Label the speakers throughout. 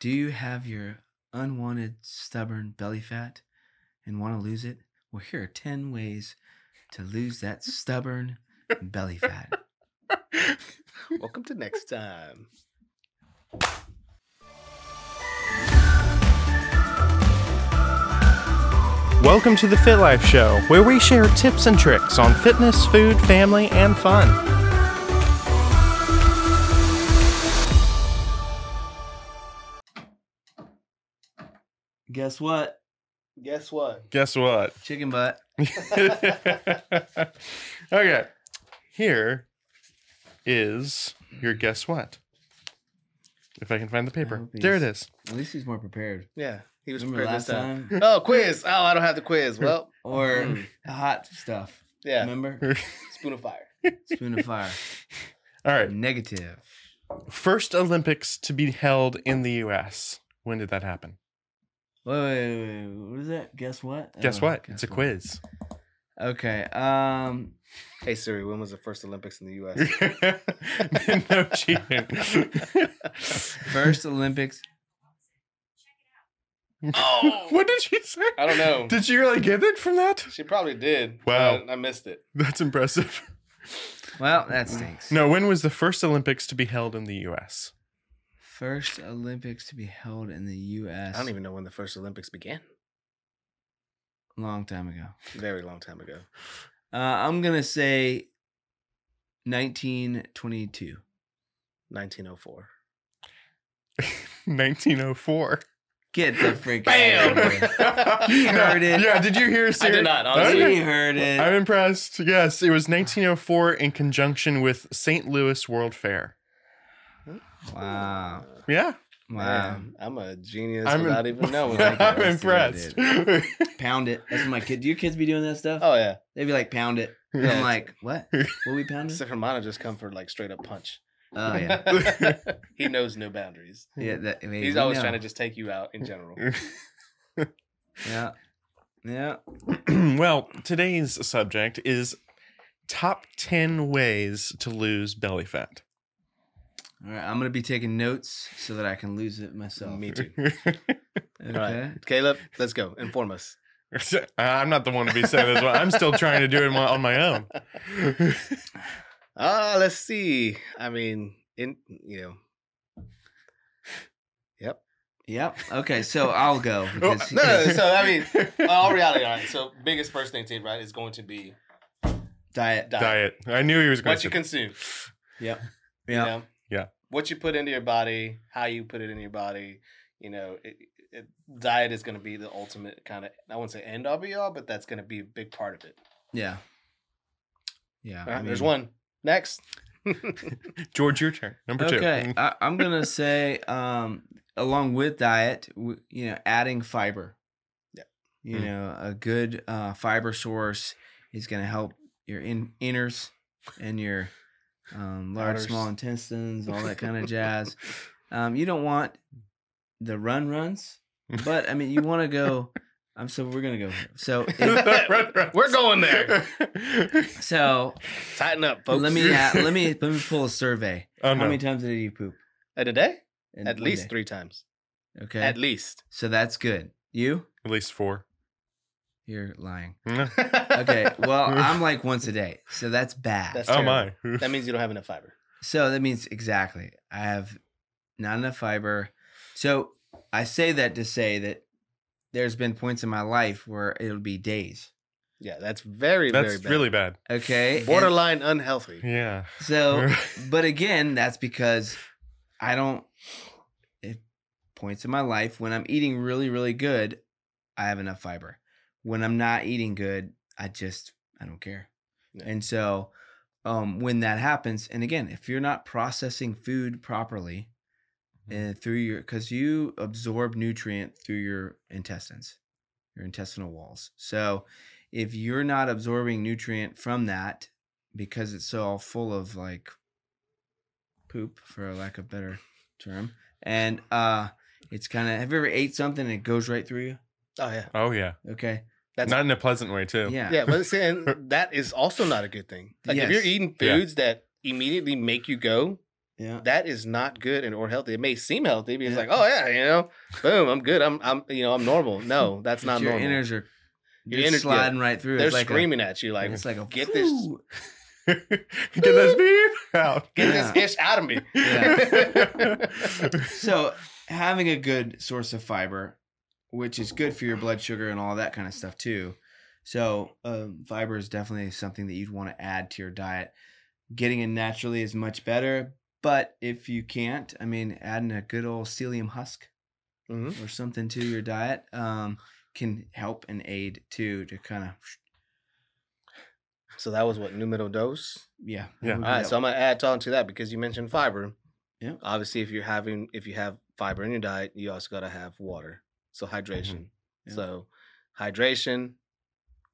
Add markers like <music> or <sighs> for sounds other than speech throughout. Speaker 1: Do you have your unwanted, stubborn belly fat and want to lose it? Well, here are 10 ways to lose that
Speaker 2: <laughs>
Speaker 1: stubborn belly fat.
Speaker 2: Welcome to next time.
Speaker 3: Welcome to the Fit Life Show, where we share tips and tricks on fitness, food, family, and fun.
Speaker 1: Guess what?
Speaker 2: Guess what?
Speaker 3: Guess what? <laughs>
Speaker 1: Chicken butt.
Speaker 3: okay, here is your guess what. If I can find the paper,
Speaker 1: hope
Speaker 3: there it
Speaker 1: he's-
Speaker 3: is.
Speaker 1: At least he's more prepared.
Speaker 2: Yeah, he was
Speaker 1: Remember
Speaker 2: prepared this
Speaker 1: last
Speaker 2: time.
Speaker 1: time?
Speaker 2: <laughs> Oh, quiz. Oh, I don't have the
Speaker 1: <laughs>
Speaker 2: quiz. Well,
Speaker 1: Or
Speaker 2: Mm.
Speaker 1: the hot stuff.
Speaker 2: yeah,
Speaker 1: Remember?
Speaker 2: spoon of fire.
Speaker 1: Spoon of
Speaker 2: <laughs>
Speaker 1: fire.
Speaker 3: All right,
Speaker 1: Negative.
Speaker 3: first Olympics to be held in the U.S. When did that happen?
Speaker 1: Wait, wait, wait, wait. What is that? Guess what?
Speaker 3: Guess
Speaker 1: Oh,
Speaker 3: what? it's
Speaker 1: guess
Speaker 3: a quiz. <laughs>
Speaker 1: what. Okay. Um,
Speaker 2: Hey Siri, when was the first Olympics in the
Speaker 1: <laughs>
Speaker 2: U.S.?
Speaker 3: no cheating. <laughs>
Speaker 1: first Olympics.
Speaker 2: Oh.
Speaker 3: what did she say?
Speaker 2: I don't know.
Speaker 3: Did she really get it from that?
Speaker 2: She probably did.
Speaker 3: Wow.
Speaker 2: but I missed it.
Speaker 3: That's impressive.
Speaker 1: Well, that stinks.
Speaker 3: No, when was the first Olympics to be held in the <laughs> U.S.?
Speaker 1: First Olympics to be held in the U.S.
Speaker 2: I don't even know when the first Olympics began.
Speaker 1: Long time ago.
Speaker 2: Very long time ago.
Speaker 1: Uh, I'm gonna say 1922.
Speaker 2: 1904.
Speaker 3: 1904.
Speaker 1: Get
Speaker 2: <laughs>
Speaker 1: the freak
Speaker 2: Bam!
Speaker 1: out of here.
Speaker 3: he
Speaker 1: heard it.
Speaker 3: Yeah, did you
Speaker 2: <laughs>
Speaker 3: hear?
Speaker 2: I
Speaker 3: Siri?
Speaker 2: did not, honestly.
Speaker 1: We
Speaker 3: Okay.
Speaker 1: heard it.
Speaker 3: I'm impressed. Yes, it was 1904 in conjunction with St. Louis World Fair.
Speaker 1: Wow.
Speaker 3: Yeah,
Speaker 1: Wow.
Speaker 2: Man, I'm a genius
Speaker 3: I'm
Speaker 2: without
Speaker 3: im-
Speaker 2: even <laughs> knowing.
Speaker 1: I
Speaker 3: <laughs> I'm
Speaker 1: see what I
Speaker 3: impressed.
Speaker 1: Pound it. That's what my kid. Do your kids be doing that stuff?
Speaker 2: oh <laughs> yeah.
Speaker 1: They be like, pound it. And I'm like,
Speaker 2: <laughs>
Speaker 1: what? Will we pound it?
Speaker 2: Except for mine, I just come for like straight up punch.
Speaker 1: Oh
Speaker 2: <laughs>
Speaker 1: yeah.
Speaker 2: he knows no boundaries.
Speaker 1: Yeah. That, I mean,
Speaker 2: He's
Speaker 1: we
Speaker 2: always
Speaker 1: know.
Speaker 2: trying to just take you out in <laughs> general.
Speaker 1: Yeah. Yeah.
Speaker 3: <clears throat> well, today's subject is top 10 ways to lose belly fat.
Speaker 1: All right. I'm gonna be taking notes so that I can lose it myself.
Speaker 2: Me too.
Speaker 1: Okay.
Speaker 2: All right, Caleb, let's go. Inform us.
Speaker 3: <laughs> I'm not the one to be saying this. One. I'm still trying to do it my, on my
Speaker 2: <laughs>
Speaker 3: own.
Speaker 2: Ah, let's see. I mean, in you
Speaker 1: <laughs>
Speaker 2: know,
Speaker 1: Yep. Okay. So I'll
Speaker 2: <laughs>
Speaker 1: go. because-
Speaker 2: Oh, no,
Speaker 1: <laughs>
Speaker 2: no, so, I mean, all reality. All right. So, biggest first thing to eat, right, is going to be
Speaker 1: diet.
Speaker 2: diet.
Speaker 3: diet. I knew he was going
Speaker 2: What
Speaker 3: to.
Speaker 2: you consume.
Speaker 1: Yep.
Speaker 2: you
Speaker 1: Yeah.
Speaker 2: know?
Speaker 3: Yeah.
Speaker 2: What you put into your body, how you put it in your body, you know, it, it, diet is going to be the ultimate kind of, I wouldn't say end all be all, but that's going to be a big part of it.
Speaker 1: Yeah. Yeah.
Speaker 2: All right,
Speaker 1: I
Speaker 2: Uh, there's
Speaker 1: mean-
Speaker 2: one. Next.
Speaker 3: George, your turn. Number two. Mm. <laughs>
Speaker 1: Okay. I, I'm gonna say, um, along with diet, w- you know, adding fiber.
Speaker 2: Yeah.
Speaker 1: You
Speaker 3: Mm.
Speaker 1: know, a good uh, fiber source is gonna help your in- inners and your um, large,
Speaker 2: Outers.
Speaker 1: small intestines, all that kind of jazz. Um, you don't want the run runs, but I mean, you want to go. I'm so we're gonna go. Here. So if,
Speaker 2: <laughs> We're
Speaker 1: <laughs>
Speaker 2: going there.
Speaker 3: <laughs>
Speaker 1: so
Speaker 2: Tighten up, folks.
Speaker 1: let me uh, let me let me pull a survey.
Speaker 3: Oh,
Speaker 1: How
Speaker 3: no.
Speaker 1: many times did you poop?
Speaker 2: In <laughs> a day?
Speaker 1: in
Speaker 2: At
Speaker 1: one
Speaker 2: least
Speaker 1: day?
Speaker 2: three times.
Speaker 1: Okay.
Speaker 2: At least.
Speaker 1: So that's good. You?
Speaker 3: At least four.
Speaker 1: You're
Speaker 2: <laughs>
Speaker 1: lying. Okay.
Speaker 2: okay.
Speaker 1: Well, I'm like once a day. So that's bad.
Speaker 2: That's-
Speaker 3: Oh, my.
Speaker 2: <laughs> That means you don't have enough fiber.
Speaker 1: so that means exactly. I have not enough fiber. So I say that to say that there's been points in my life where it'll be days.
Speaker 2: Yeah, that's very,
Speaker 3: That's
Speaker 2: very bad.
Speaker 3: really bad.
Speaker 1: Okay. And
Speaker 2: borderline unhealthy.
Speaker 3: Yeah.
Speaker 1: So, but again, that's because I don't, if points in my life, when I'm eating really, really good, I have enough fiber. When I'm not eating good, I just, I don't care.
Speaker 2: Yeah.
Speaker 1: And so, um, when that happens, and again, if you're not processing food properly and through your, because you absorb nutrient through your intestines, your intestinal walls. So, if you're not absorbing nutrient from that, because it's so all full of like poop for a lack of better term and uh it's kind of have you ever ate something and it goes right through you
Speaker 2: Oh yeah,
Speaker 3: <laughs> Oh, yeah.
Speaker 1: okay
Speaker 2: that's
Speaker 3: Not in a pleasant way, too.
Speaker 1: yeah
Speaker 2: yeah. But see,
Speaker 1: <laughs>
Speaker 2: and that is also not a good thing. Like if
Speaker 1: Yes.
Speaker 2: you're eating
Speaker 3: Yeah.
Speaker 2: foods that immediately make you go,
Speaker 1: Yeah.
Speaker 2: that is not good and or healthy. It may seem healthy because like, oh yeah, you know, boom, I'm good. I'm I'm you know, I'm
Speaker 1: <laughs>
Speaker 2: normal. No, that's not
Speaker 1: your
Speaker 2: normal.
Speaker 1: innards are
Speaker 2: Your
Speaker 1: just
Speaker 2: innards- yeah.
Speaker 1: sliding right through.
Speaker 2: They're
Speaker 1: it's like
Speaker 2: screaming at
Speaker 1: A,
Speaker 2: you like
Speaker 1: it's like a
Speaker 2: "Get this-
Speaker 1: "Whew."
Speaker 3: <laughs> Get this beep
Speaker 2: <laughs>
Speaker 3: out.
Speaker 2: get
Speaker 3: <laughs>
Speaker 1: Yeah.
Speaker 2: this ish out of me.
Speaker 1: <laughs>
Speaker 3: Yeah.
Speaker 1: So having a good source of fiber, which is good for your blood sugar and all that kind of stuff too. So um, fiber is definitely something that you'd want to add to your diet. Getting it naturally is much better, but if you can't, I mean, adding a good old psyllium husk
Speaker 2: Mhm.
Speaker 1: or something to your diet um, can help and aid too to kind of
Speaker 2: So that was what numero dos.
Speaker 1: yeah
Speaker 3: Yeah.
Speaker 2: All right, so I'm gonna add on to that because you mentioned fiber.
Speaker 1: Yeah.
Speaker 2: Obviously, if you're having if you have fiber in your diet, you also gotta have water. So hydration.
Speaker 1: Mm-hmm. Yeah.
Speaker 2: So hydration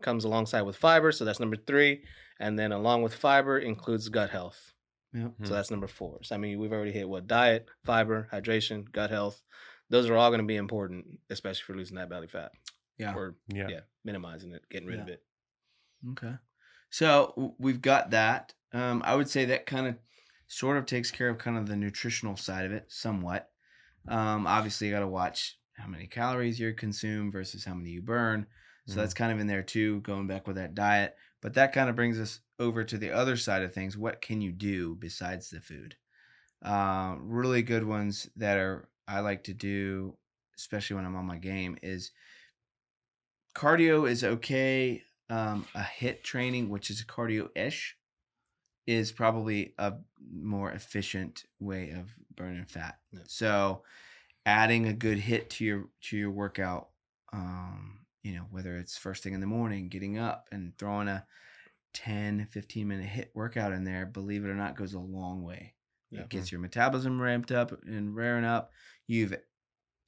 Speaker 2: comes alongside with fiber. So that's number three. And then along with fiber includes gut health.
Speaker 1: Yep.
Speaker 2: So that's number four. So I mean, we've already hit what diet, fiber, hydration, gut health. Those are all going to be important, especially for losing that belly fat
Speaker 1: yeah
Speaker 2: or
Speaker 3: Yeah.
Speaker 2: yeah, minimizing it, getting rid of it.
Speaker 1: Okay. So w- we've got that. Um, I would say that kind of sort of takes care of kind of the nutritional side of it somewhat. Um, obviously, you got to watch how many calories you consume versus how many you burn. So that's kind of in there too, going back with that diet. But that kind of brings us over to the other side of things. What can you do besides the food? Uh, really good ones that are I like to do, especially when I'm on my game, is cardio is okay um, a hit training, which is cardio ish, is probably a more efficient way of burning fat.
Speaker 2: Yeah.
Speaker 1: So, adding a good hit to your to your workout, um, you know, whether it's first thing in the morning, getting up and throwing a 10, 15 minute hit workout in there, believe it or not, goes a long way.
Speaker 2: Yeah.
Speaker 1: It gets your metabolism ramped up and raring up. You've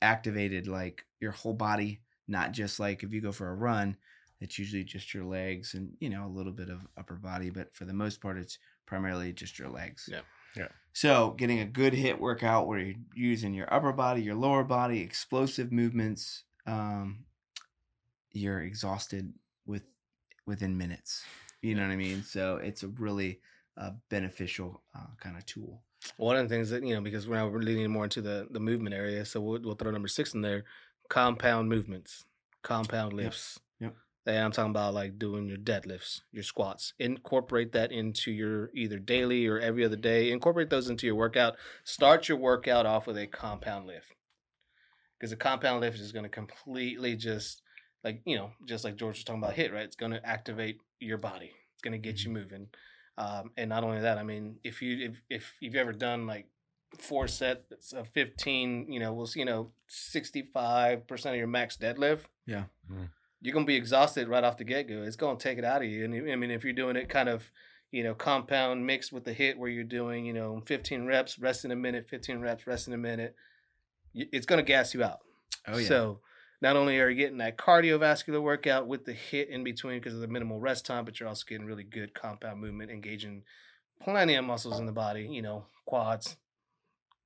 Speaker 1: activated like your whole body, not just like if you go for a run, it's usually just your legs and you know a little bit of upper body, but for the most part, it's primarily just your legs.
Speaker 2: Yeah.
Speaker 3: Yeah.
Speaker 1: So getting a good hit workout where you're using your upper body, your lower body, explosive movements. Um, you're exhausted with within minutes. You know what I mean? So it's a really uh, beneficial uh, kind of tool.
Speaker 2: One of the things that you know, because we're now we're leaning more into the the movement area, so we'll, we'll throw number six in there: compound movements, compound lifts.
Speaker 1: Yep.
Speaker 2: And I'm talking about like doing your deadlifts, your squats. Incorporate that into your either daily or every other day. Incorporate those into your workout. Start your workout off with a compound lift. because a compound lift is going to completely just like you know just like george was talking about hit right it's going to activate your body it's going to get
Speaker 1: Mm-hmm.
Speaker 2: you moving um, and not only that i mean if you if, if you've ever done like four sets of 15 you know we'll see you know 65% of your max deadlift
Speaker 1: Yeah.
Speaker 3: Mhm.
Speaker 2: you're going to be exhausted right off the get-go it's going to take it out of you and i mean if you're doing it kind of you know compound mixed with the hit where you're doing you know 15 reps resting a minute 15 reps resting a minute y- it's going to gas you out
Speaker 1: Oh yeah.
Speaker 2: so not only are you getting that cardiovascular workout with the hit in between because of the minimal rest time, but you're also getting really good compound movement, engaging plenty of muscles in the body, you know, quads,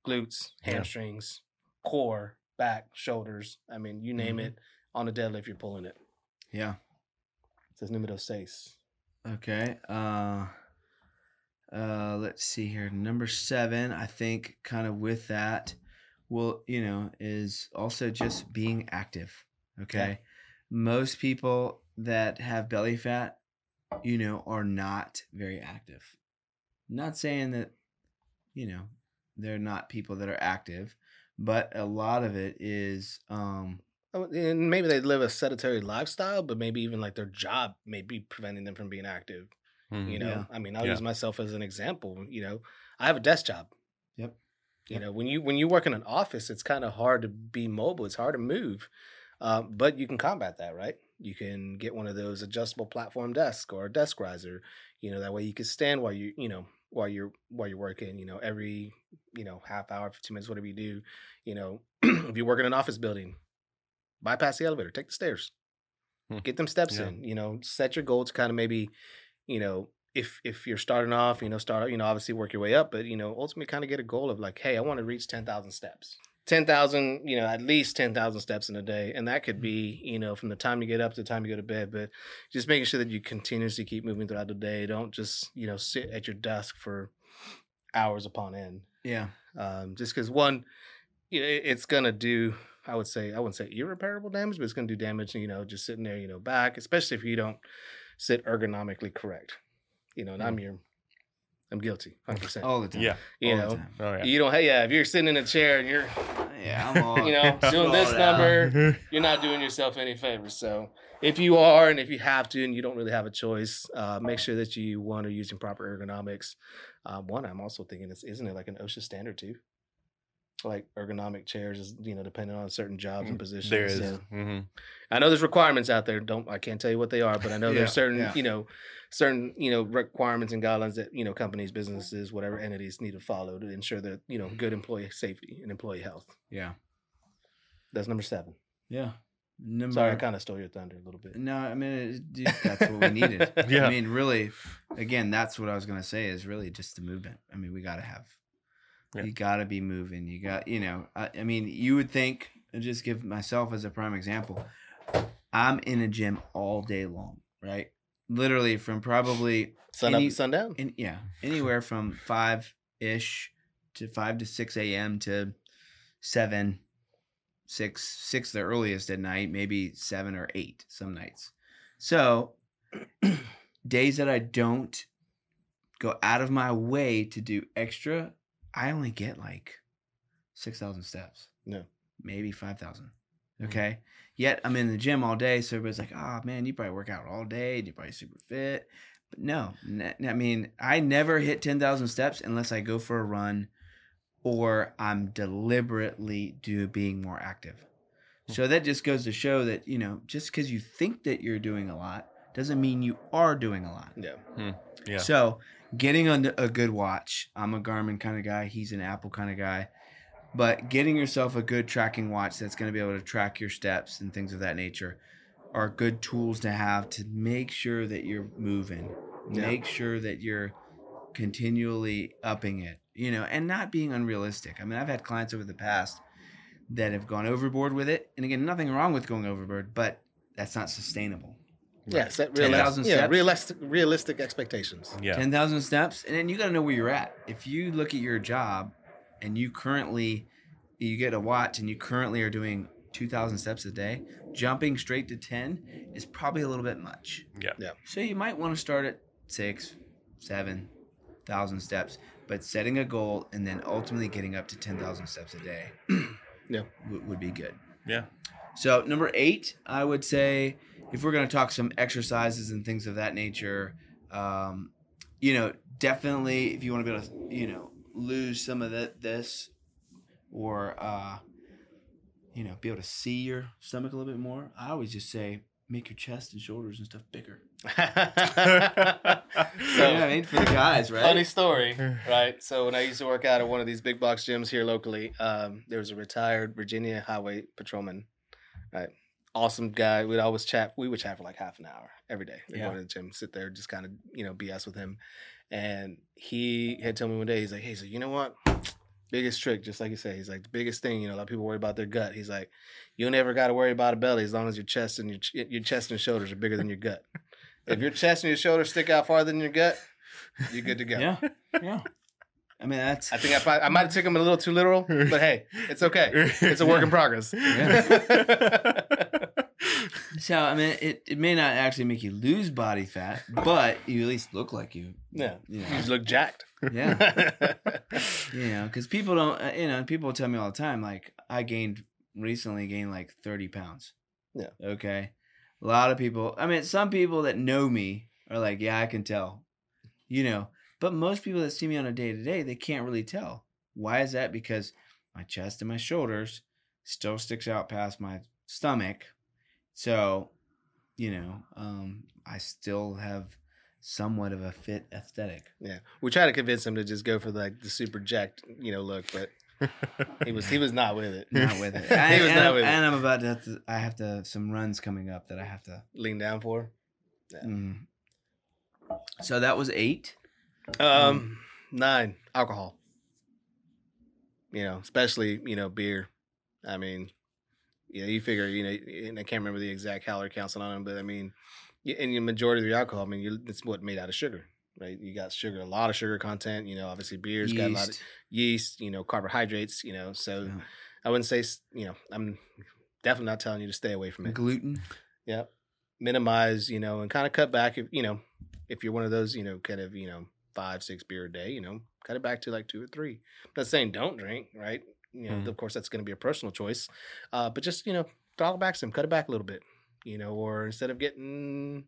Speaker 2: glutes,
Speaker 3: Yeah.
Speaker 2: hamstrings, core, back, shoulders. I mean, you name
Speaker 1: Mhm.
Speaker 2: it. On a deadlift, you're pulling it.
Speaker 1: yeah.
Speaker 2: It says numero seis.
Speaker 1: Okay. Uh uh let's see here. Number 7, I think kind of with that well, you know, is also just being active. Okay? Most people that have belly fat, you know, are not very active. Not saying that you know, they're not people that are active, but a lot of it is um
Speaker 2: Oh, And maybe they live a sedentary lifestyle, but maybe even like their job may be preventing them from being active.
Speaker 3: Mhm.
Speaker 2: You know,
Speaker 1: Yeah.
Speaker 2: I mean, I'll
Speaker 3: Yeah.
Speaker 2: use myself as an example. You know, I have a desk job.
Speaker 1: Yep.
Speaker 2: You
Speaker 1: Yep.
Speaker 2: know, when you when you work in an office, it's kind of hard to be mobile. It's hard to move, uh, but you can combat that, right? You can get one of those adjustable platform desk or a desk riser. You know, that way you can stand while you you know while you're while you're working. You know, every you know half hour, fifteen minutes, whatever you do. You know, <clears throat> if you work in an office building, bypass the elevator, take the stairs,
Speaker 3: Hmm.
Speaker 2: get them steps
Speaker 3: Yeah.
Speaker 2: in. You know, set your goal to kind of maybe, you know, if if you're starting off, you know, start you know, obviously work your way up, but you know, ultimately kind of get a goal of like, hey, I want to reach ten thousand steps. Ten thousand, you know, at least ten thousand steps in a day, and that could be, you know, from the time you get up to the time you go to bed. But just making sure that you continuously keep moving throughout the day. Don't just, you know, sit at your desk for hours upon end.
Speaker 1: Yeah.
Speaker 2: um, just because one, you know, it- it's gonna do. I would say I wouldn't say irreparable damage, but it's gonna do damage. You know, just sitting there, you know, back, especially if you don't sit ergonomically correct. You know, and I'm your, I'm guilty, hundred percent.
Speaker 1: All the time.
Speaker 3: Yeah.
Speaker 2: You
Speaker 1: Mm. Oh, All the
Speaker 2: know,
Speaker 1: time.
Speaker 2: <laughs>
Speaker 3: Oh yeah. <laughs>
Speaker 2: you don't. Hey, yeah, if you're sitting in a chair and you're,
Speaker 1: Yeah. <laughs> I'm all,
Speaker 2: you know, doing
Speaker 1: slow
Speaker 2: this
Speaker 1: down.
Speaker 2: number, you're not doing yourself any favors. So if you are, and if you have to, and you don't really have a choice, uh, make sure that you one are using proper ergonomics. Uh, one, I'm also thinking this isn't it like an OSHA standard too, like ergonomic chairs is you know depending on certain jobs and positions.
Speaker 3: There is.
Speaker 2: so-
Speaker 3: Mhm.
Speaker 2: I know there's requirements out there. Don't I can't tell you what they are, but I know
Speaker 1: Yeah,
Speaker 2: there's certain
Speaker 1: yeah.
Speaker 2: you know certain you know requirements and guidelines that you know companies, businesses, whatever entities need to follow to ensure that you know good employee safety and employee health.
Speaker 1: Yeah.
Speaker 2: That's number seven.
Speaker 1: Yeah. Number,
Speaker 2: Sorry, I kind of stole your thunder a little
Speaker 1: <laughs>
Speaker 2: bit.
Speaker 1: No, I mean it, dude, <laughs> that's what we needed.
Speaker 3: Yeah.
Speaker 1: I mean, really, again, that's what I was gonna say is really just the movement. I mean, we gotta have,
Speaker 3: Yeah.
Speaker 1: you gotta be moving. You got, you know, I, I mean, you would think, and just give myself as a prime example. I'm in a gym all day long, right? Literally from probably
Speaker 2: Sun up
Speaker 1: Any-
Speaker 2: and sun down.
Speaker 1: in, yeah, anywhere from five ish to five to six a.m. to seven, six, six the earliest at night, maybe seven or eight some nights. So <clears throat> days that I don't go out of my way to do extra, I only get like six thousand steps.
Speaker 2: Yeah.
Speaker 1: maybe five thousand. Okay. Yet I'm in the gym all day, so everybody's like, "Oh man, you probably work out all day. You're probably super fit." But no, n- I mean, I never hit 10,000 steps unless I go for a run or I'm deliberately do being more active. So that just goes to show that, you know, just because you think that you're doing a lot doesn't mean you are doing a lot.
Speaker 2: Yeah.
Speaker 3: Yeah.
Speaker 1: So getting on a good watch, I'm a Garmin kind of guy, he's an Apple kind of guy. But getting yourself a good tracking watch that's going to be able to track your steps and things of that nature are good tools to have to make sure that you're moving,
Speaker 2: Yeah.
Speaker 1: make sure that you're continually upping it, you know, and not being unrealistic. I mean, I've had clients over the past that have gone overboard with it. And again, nothing wrong with going overboard, but that's not sustainable.
Speaker 2: Yeah, set
Speaker 1: 10,000
Speaker 2: realistic, yeah,
Speaker 1: steps.
Speaker 2: realistic, realistic <laughs> expectations.
Speaker 3: Yeah. <laughs>
Speaker 1: 10,000 steps. And then you got to know where you're at. If you look at your job and you currently, you get a watch and you currently are doing 2,000 steps a day, jumping straight to 10 is probably a little bit much.
Speaker 3: Yeah.
Speaker 2: Yeah.
Speaker 1: So you might want to start at six, 7,000 steps, but setting a goal and then ultimately getting up to 10,000 steps a day
Speaker 2: <clears throat> Yeah.
Speaker 1: would- would be good.
Speaker 3: Yeah.
Speaker 1: So number eight, I would say, if we're going to talk some exercises and things of that nature, um, you know, definitely if you want to be able to, you know, lose some of the, this, or uh, you know, be able to see your stomach a little bit more, I always just say make your chest and shoulders and stuff bigger. You know what I mean? For the guys, right?
Speaker 2: Funny <sighs> story, right? So when I used to work out at one of these big box gyms here locally, um, there was a retired Virginia Highway patrolman, right? Awesome guy. We'd always chat. We would chat for like half an hour every day. We'd
Speaker 1: Yeah.
Speaker 2: go to the gym, sit there, just kind of you know BS with him. And he had told me one day, he's like, "Hey, so you know what? Biggest trick, just like you said, he's like the biggest thing. You know, a lot of people worry about their gut. He's like, you never got to worry about a belly as long as your chest and your ch- your chest and shoulders are bigger than your gut. if your chest and your shoulders stick out farther than your gut, you're good to go.
Speaker 1: Yeah, yeah. I mean, that's
Speaker 2: I think I, probably, I might have taken him a little too literal, but hey, it's okay. It's a work in progress.
Speaker 3: <laughs>
Speaker 1: so. I mean, it, it may not actually make you lose body fat, but you at least look like you.
Speaker 2: Yeah.
Speaker 1: You
Speaker 2: You
Speaker 1: know,
Speaker 2: just look jacked.
Speaker 1: yeah. you know because people don't uh, you know people tell me all the time like i gained recently gained like 30 pounds
Speaker 2: Yeah.
Speaker 1: okay a lot of people i mean some people that know me are like yeah i can tell you know but most people that see me on a day to day they can't really tell why is that because my chest and my shoulders still sticks out past my stomach so you know um i still have somewhat of a fit aesthetic
Speaker 2: yeah. We tried to convince him to just go for like the super jacked, you know, look, but he was he was not with it.
Speaker 1: <laughs>
Speaker 2: <laughs>
Speaker 1: not with it.
Speaker 2: He
Speaker 1: I,
Speaker 2: was
Speaker 1: and,
Speaker 2: not
Speaker 1: I'm,
Speaker 2: with it.
Speaker 1: and I'm about to have, to. I have to some runs coming up that I have to.
Speaker 2: Lean down for.
Speaker 1: Mm. So that was eight.
Speaker 2: Um, nine alcohol. You know, especially you know beer. I mean, you know, you figure you know, and I can't remember the exact calorie counts on them, but I mean, y- in the majority of your alcohol, I mean, you, it's what made out of sugar. right? You got sugar, a lot of sugar content. You know, obviously beers got a lot of yeast. You know, carbohydrates. You know, so
Speaker 1: Yeah.
Speaker 2: I wouldn't say s- you know I'm definitely not telling you to stay away from it.
Speaker 1: gluten.
Speaker 2: Yep. Minimize, you know, and kind of cut back if you know, if you're one of those, you know, kind of, you know, five, six beer a day, you know, cut it back to like two or three. I'm not saying don't drink, right? You know,
Speaker 3: Mhm.
Speaker 2: of course that's gonna be a personal choice. Uh, but just, you know, throttle back some, cut it back a little bit, you know, or instead of getting,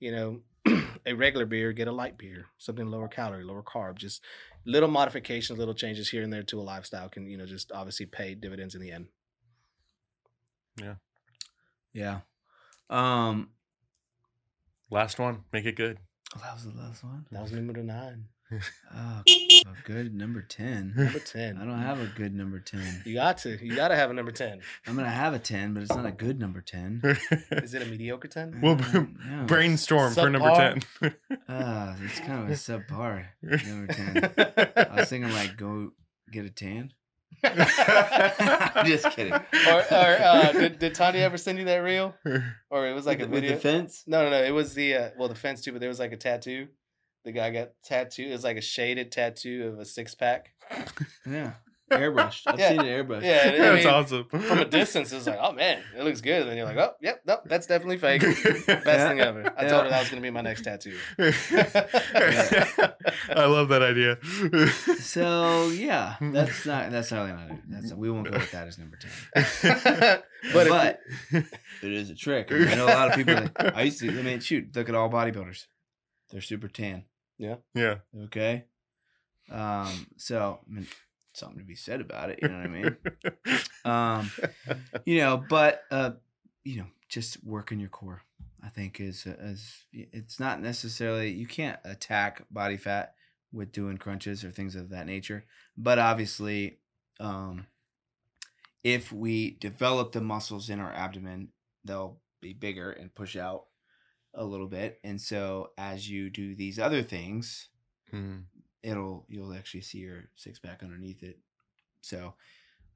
Speaker 2: you know, <clears throat> a regular beer, get a light beer, something lower calorie, lower carb, just little modifications, little changes here and there to a lifestyle can, you know, just obviously pay dividends in the end.
Speaker 1: Yeah. Um.
Speaker 3: Last one. Make
Speaker 2: <laughs>
Speaker 3: it good.
Speaker 1: oh, that was the last one.
Speaker 2: That was number nine.
Speaker 1: Oh, a good number
Speaker 2: <laughs>
Speaker 1: ten.
Speaker 2: Number
Speaker 1: I
Speaker 2: ten.
Speaker 1: don't have a good number ten.
Speaker 2: You got to. You got to have a number 10.
Speaker 1: I'm gonna have a ten, but it's not a good number
Speaker 2: <laughs>
Speaker 1: ten.
Speaker 2: Is it a
Speaker 1: <laughs>
Speaker 2: mediocre 10?
Speaker 3: We'll
Speaker 1: Uh, no, it's-
Speaker 3: Brainstorm for number
Speaker 2: Subpar.
Speaker 3: 10.
Speaker 1: Ah, it's kind of a subpar
Speaker 3: <laughs>
Speaker 1: number ten. I was thinking like go get a tan. Just kidding.
Speaker 2: <laughs> Or, or uh, did, did Tanya ever send you that reel? Or it was like a
Speaker 1: With the- with
Speaker 2: video?
Speaker 1: the fence.
Speaker 2: <laughs> no, no, no. It was the, uh, well, the fence too, but there was like a tattoo. The guy got tattooed. It was like a shaded tattoo of a six pack.
Speaker 1: Yeah, airbrushed. I've
Speaker 2: Yeah.
Speaker 1: seen it airbrushed.
Speaker 2: Yeah,
Speaker 1: <laughs>
Speaker 2: I
Speaker 3: <laughs> That's
Speaker 2: mean,
Speaker 3: awesome.
Speaker 2: From a distance, it was like, oh man, it looks good. And then you're like, oh, yep, nope, that's
Speaker 1: <laughs>
Speaker 2: definitely fake. Best
Speaker 1: Yeah.
Speaker 2: thing ever. I
Speaker 1: Yeah.
Speaker 2: told her that was going to be my
Speaker 1: <laughs>
Speaker 2: next tattoo. <laughs>
Speaker 3: <laughs> I love that idea. <laughs>
Speaker 1: So yeah, that's not that's not really not it. That's we won't go with that as number ten.
Speaker 2: but
Speaker 1: But,
Speaker 2: if-
Speaker 1: it is a trick. I, mean, I know a lot of people. That, I used to. I mean, shoot, look at all bodybuilders. They're super tan.
Speaker 3: <laughs> yeah.
Speaker 1: Okay. Um. So I mean, something to be said about it. You know what I mean? Um. You know, but uh, you know, just work in your core. I think is uh, is it's not necessarily you can't attack body fat with doing crunches or things of that nature. But obviously, um, if we develop the muscles in our abdomen, they'll be bigger and push out a little bit. And so, as you do these other things, Hmm.
Speaker 3: Mm.
Speaker 1: it'll you'll actually see your six pack underneath it. So,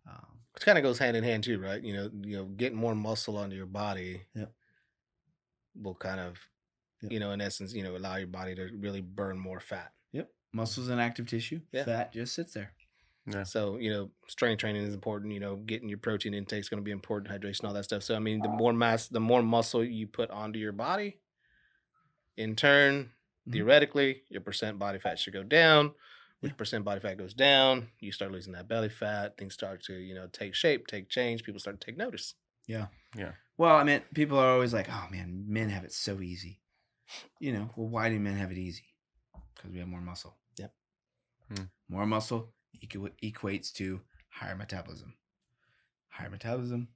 Speaker 1: um,
Speaker 2: which kind of goes hand in hand too, right? You know, you know, getting more muscle onto your body
Speaker 1: Yep.
Speaker 2: will kind of,
Speaker 1: Yep.
Speaker 2: you know, in essence, you know, allow your body to really burn more fat.
Speaker 1: yep, muscles and active tissue.
Speaker 2: Yeah.
Speaker 1: Fat just sits there.
Speaker 2: So you know, strength training is important. You know, getting your protein intake is going to be important, hydration, all that stuff. So I mean, the more mass, the more muscle you put onto your body, in turn,
Speaker 1: Mhm.
Speaker 2: theoretically, your percent body fat should go down. Which
Speaker 1: Yeah.
Speaker 2: percent body fat goes down, you start losing that belly fat. Things start to, you know, take shape, take change. People start to take notice.
Speaker 1: Well, I mean, people are always like, "Oh man, men have it so easy." You know, well, why do men have it easy? Because we have more muscle.
Speaker 2: Yep.
Speaker 3: Hmm.
Speaker 1: More muscle equ- equates to higher metabolism. Higher metabolism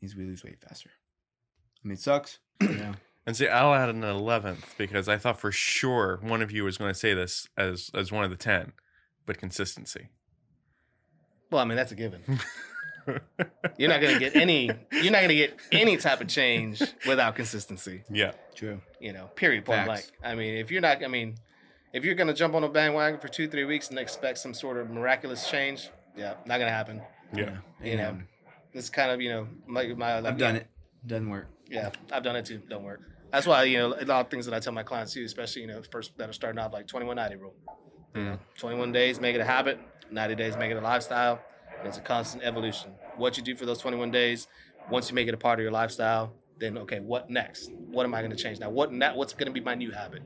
Speaker 1: means we lose weight faster. I mean, it sucks. yeah.
Speaker 3: And see, I'll add an eleventh because I thought for sure one of you was going to say this as as one of the ten, but consistency.
Speaker 2: Well, I mean, that's a given. You're not gonna get any. You're not gonna get any type of change without consistency.
Speaker 3: Yeah. <laughs>
Speaker 1: True.
Speaker 2: You know, period,
Speaker 1: Facts.
Speaker 2: point blank. I mean, if you're not, I mean, if you're gonna jump on a bandwagon for two, three weeks and expect some sort of miraculous change, yeah, not gonna happen.
Speaker 3: Yeah.
Speaker 1: You
Speaker 2: You know,
Speaker 1: know,
Speaker 2: It's kind of, you know, my, my
Speaker 1: I've done it. Doesn't work.
Speaker 2: Yeah, I've done it too. Don't work. That's why you know a lot of things that I tell my clients too, especially you know first that are starting off like 21 90 rule. You know, 21 days make it a habit, 90 days make it a lifestyle. And it's a constant evolution. What you do for those 21 days, once you make it a part of your lifestyle, then okay, what next? What am I going to change now? What now? What's going to be my new habit?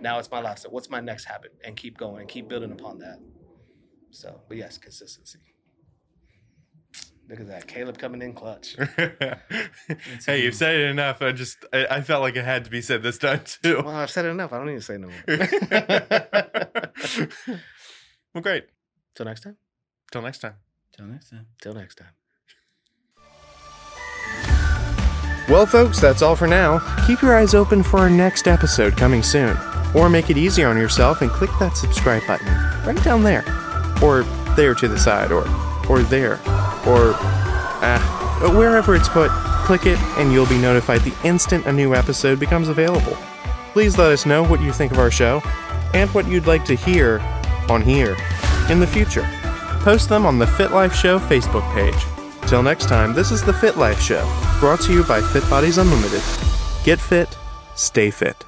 Speaker 2: Now it's my lifestyle. What's my next habit? And keep going and keep building upon that. So, but yes, consistency. Look at that, Caleb coming in clutch.
Speaker 3: hey, you've said it enough. I just I, I felt like it had to be said this time too.
Speaker 2: <laughs> Well, I've said it enough. I don't need to say no more.
Speaker 3: <laughs> well, great.
Speaker 2: Till next time.
Speaker 3: Till next time.
Speaker 1: Till next time.
Speaker 2: Till next time.
Speaker 4: Well, folks, that's all for now. Keep your eyes open for our next episode coming soon. Or make it easier on yourself and click that subscribe button right down there. Or there to the side, or or there, or ah, but wherever it's put, click it and you'll be notified the instant a new episode becomes available. Please let us know what you think of our show and what you'd like to hear on here in the future. Post them on the Fit Life Show Facebook page. Till next time, this is the Fit Life Show, brought to you by Fit Bodies Unlimited. Get fit, stay fit.